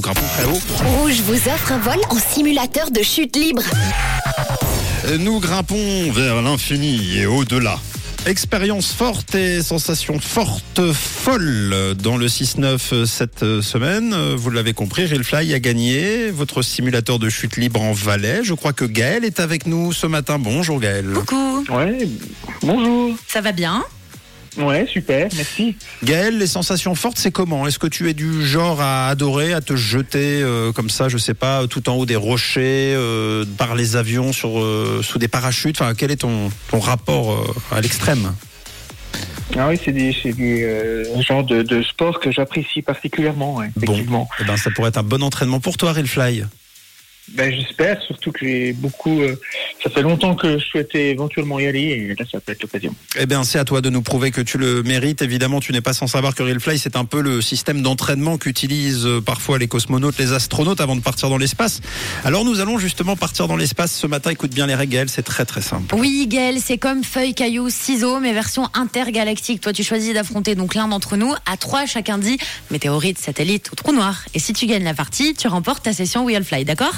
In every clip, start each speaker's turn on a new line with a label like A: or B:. A: grimpons très haut.
B: Rouge vous offre un vol en simulateur de chute libre.
A: Et Nous grimpons vers l'infini et au-delà. Expérience forte et sensation forte, folle dans le 6-9 cette semaine. Vous l'avez compris, Railfly a gagné votre simulateur de chute libre en Valais. Je crois que Gaël est avec nous ce matin. Bonjour Gaël.
C: Coucou,
D: Ouais, bonjour.
C: ça va bien
D: Ouais, super, merci.
A: Gaël, les sensations fortes, c'est comment Est-ce que tu es du genre à adorer, à te jeter euh, comme ça, je sais pas, tout en haut des rochers, euh, par les avions, sur, euh, sous des parachutes Enfin, quel est ton, ton rapport euh, à l'extrême
D: Ah oui, c'est des, c'est des euh, genres de, de sport que j'apprécie particulièrement, ouais,
A: Bon.
D: effectivement.
A: Eh ben, ça pourrait être un bon entraînement pour toi, Railfly.
D: Ben, J'espère, surtout que j'ai beaucoup. euh, ça fait longtemps que je souhaitais éventuellement y aller, et là, ça peut être l'occasion.
A: Eh bien, c'est à toi de nous prouver que tu le mérites. Évidemment, tu n'es pas sans savoir que Railfly, c'est un peu le système d'entraînement qu'utilisent euh, parfois les cosmonautes, les astronautes avant de partir dans l'espace. Alors, nous allons justement partir dans l'espace ce matin. Écoute bien les règles, Gaël, c'est très très simple.
C: Oui, Gaël, c'est comme feuille, caillou, ciseaux, mais version intergalactique. Toi, tu choisis d'affronter donc l'un d'entre nous. À trois, chacun dit météorite, satellite ou trou noir. Et si tu gagnes la partie, tu remportes ta session We All Fly, d'accord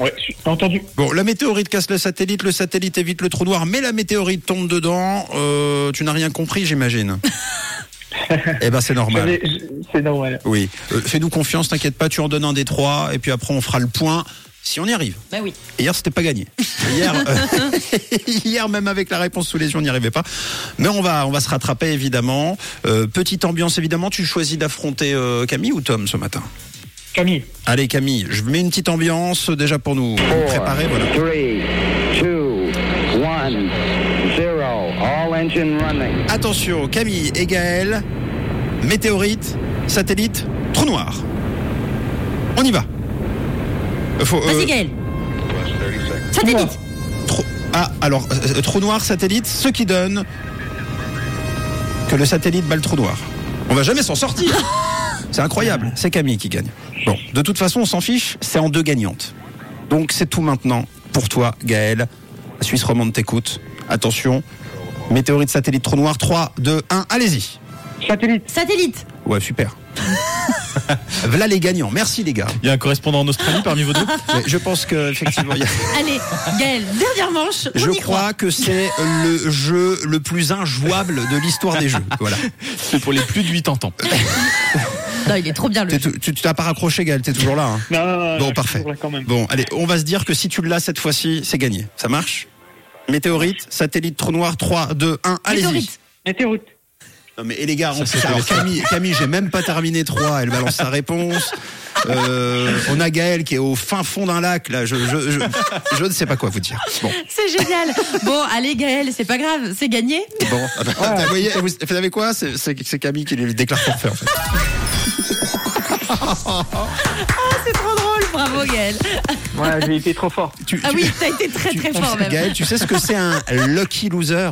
D: Ouais, su- entendu.
A: Bon, la météorite casse le satellite, le satellite évite le trou noir, mais la météorite tombe dedans. Euh, tu n'as rien compris, j'imagine. eh ben, c'est normal.
D: J'avais- j- C'est normal.
A: Oui. Euh, Fais-nous confiance, t'inquiète pas, tu en donnes un des trois, et puis après, on fera le point si on y arrive.
C: Bah oui.
A: Hier, c'était pas gagné. Hier, euh, hier, même avec la réponse sous les yeux, on n'y arrivait pas. Mais on va, on va se rattraper, évidemment. Euh, petite ambiance, évidemment. Tu choisis d'affronter euh, Camille ou Tom ce matin
D: Camille,
A: Allez, Camille, je mets une petite ambiance euh, déjà pour nous préparer. Voilà.
E: Three, two, one, zero. All engine running.
A: Attention, Camille et Gaël, météorite, satellite, trou noir. On y va. Euh, Faut, euh,
C: Vas-y, Gaël. Satellite.
A: trou- Ah, alors, euh, euh, trou noir, satellite, ce qui donne que le satellite bat le trou noir. On va jamais s'en sortir. C'est incroyable, c'est Camille qui gagne. Bon, de toute façon, on s'en fiche, c'est en deux gagnantes. Donc c'est tout maintenant pour toi, Gaël. La Suisse romande t'écoute. Attention, météorite, satellite, trou noir, 3, 2, 1, allez-y.
D: satellite.
C: Satellite.
A: Ouais, super. voilà les gagnants. Merci les gars.
F: Il y a un correspondant en Australie parmi vous deux
A: Mais Je pense que effectivement, il y a-
C: Allez, Gaël, dernière manche. On
A: je
C: y croit.
A: crois que c'est le jeu le plus injouable de l'histoire des jeux. Voilà.
F: C'est pour les plus de 80 ans.
C: Non, il est trop bien le.
A: T'es tou- Tu tu t'as pas raccroché, Gaël. T'es toujours là. hein.
D: Non, non, non,
A: Bon,
D: je suis
A: parfait.
D: toujours là quand même.
A: Bon, allez, on va se dire que si tu l'as cette fois-ci, c'est gagné. Ça marche. Météorite, satellite, trou noir, 3, 2, 1, allez-y.
C: Météorite.
D: Météorite.
A: Non mais et les gars, en
F: Ça,
A: plus,
F: c'est
A: alors,
F: leur cas.
A: Camille, Camille, j'ai même pas terminé 3, elle balance sa réponse. Euh, on a Gaël qui est au fin fond d'un lac, là, je, je, je, je ne sais pas quoi vous dire. Bon.
C: C'est génial. bon, allez, Gaël, c'est pas grave, c'est gagné.
A: Bon, ah bah, vous voyez, vous, vous savez quoi C'est- C'est c'est Camille qui les déclare forfait en fait.
C: C'est trop drôle. Bravo, Gaël.
D: Voilà, j'ai été trop fort.
A: Tu,
C: Ah
A: tu-
C: oui, t'as été très
A: tu-
C: très
A: on
C: fort
A: sait-
C: même.
A: Gaël, tu sais ce que c'est un lucky loser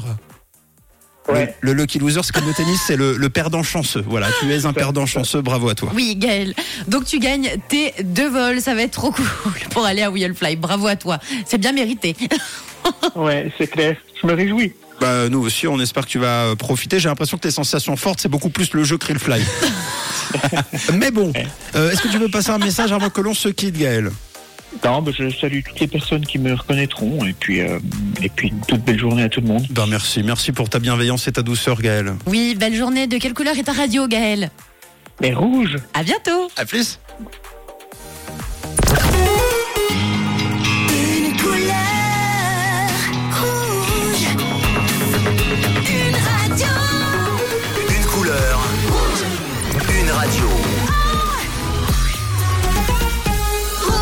D: Ouais.
A: le, le lucky loser, c'est comme le tennis, c'est le, le perdant chanceux. Voilà, tu es un perdant chanceux, bravo à toi.
C: Oui, Gaël. Donc tu gagnes tes deux vols. Ça va être trop cool pour aller à Wheel Fly. Bravo à toi. C'est bien mérité.
D: Ouais, c'est clair. Je me réjouis.
A: Bah, nous aussi, on espère que tu vas euh, profiter. J'ai l'impression que tes sensations fortes, c'est beaucoup plus le jeu Krill Fly. Mais bon, euh, est-ce que tu veux passer un message avant que l'on se quitte, Gaël
D: Non, ben, je salue toutes les personnes qui me reconnaîtront, et puis, euh, et puis une toute belle journée à tout le monde.
A: Ben merci, merci pour ta bienveillance et ta douceur, Gaël.
C: Oui, belle journée. De quelle couleur est ta radio, Gaël
D: Mais rouge
C: À bientôt.
A: À plus.
G: Une couleur rouge. Une radio.
H: Une couleur. Une radio.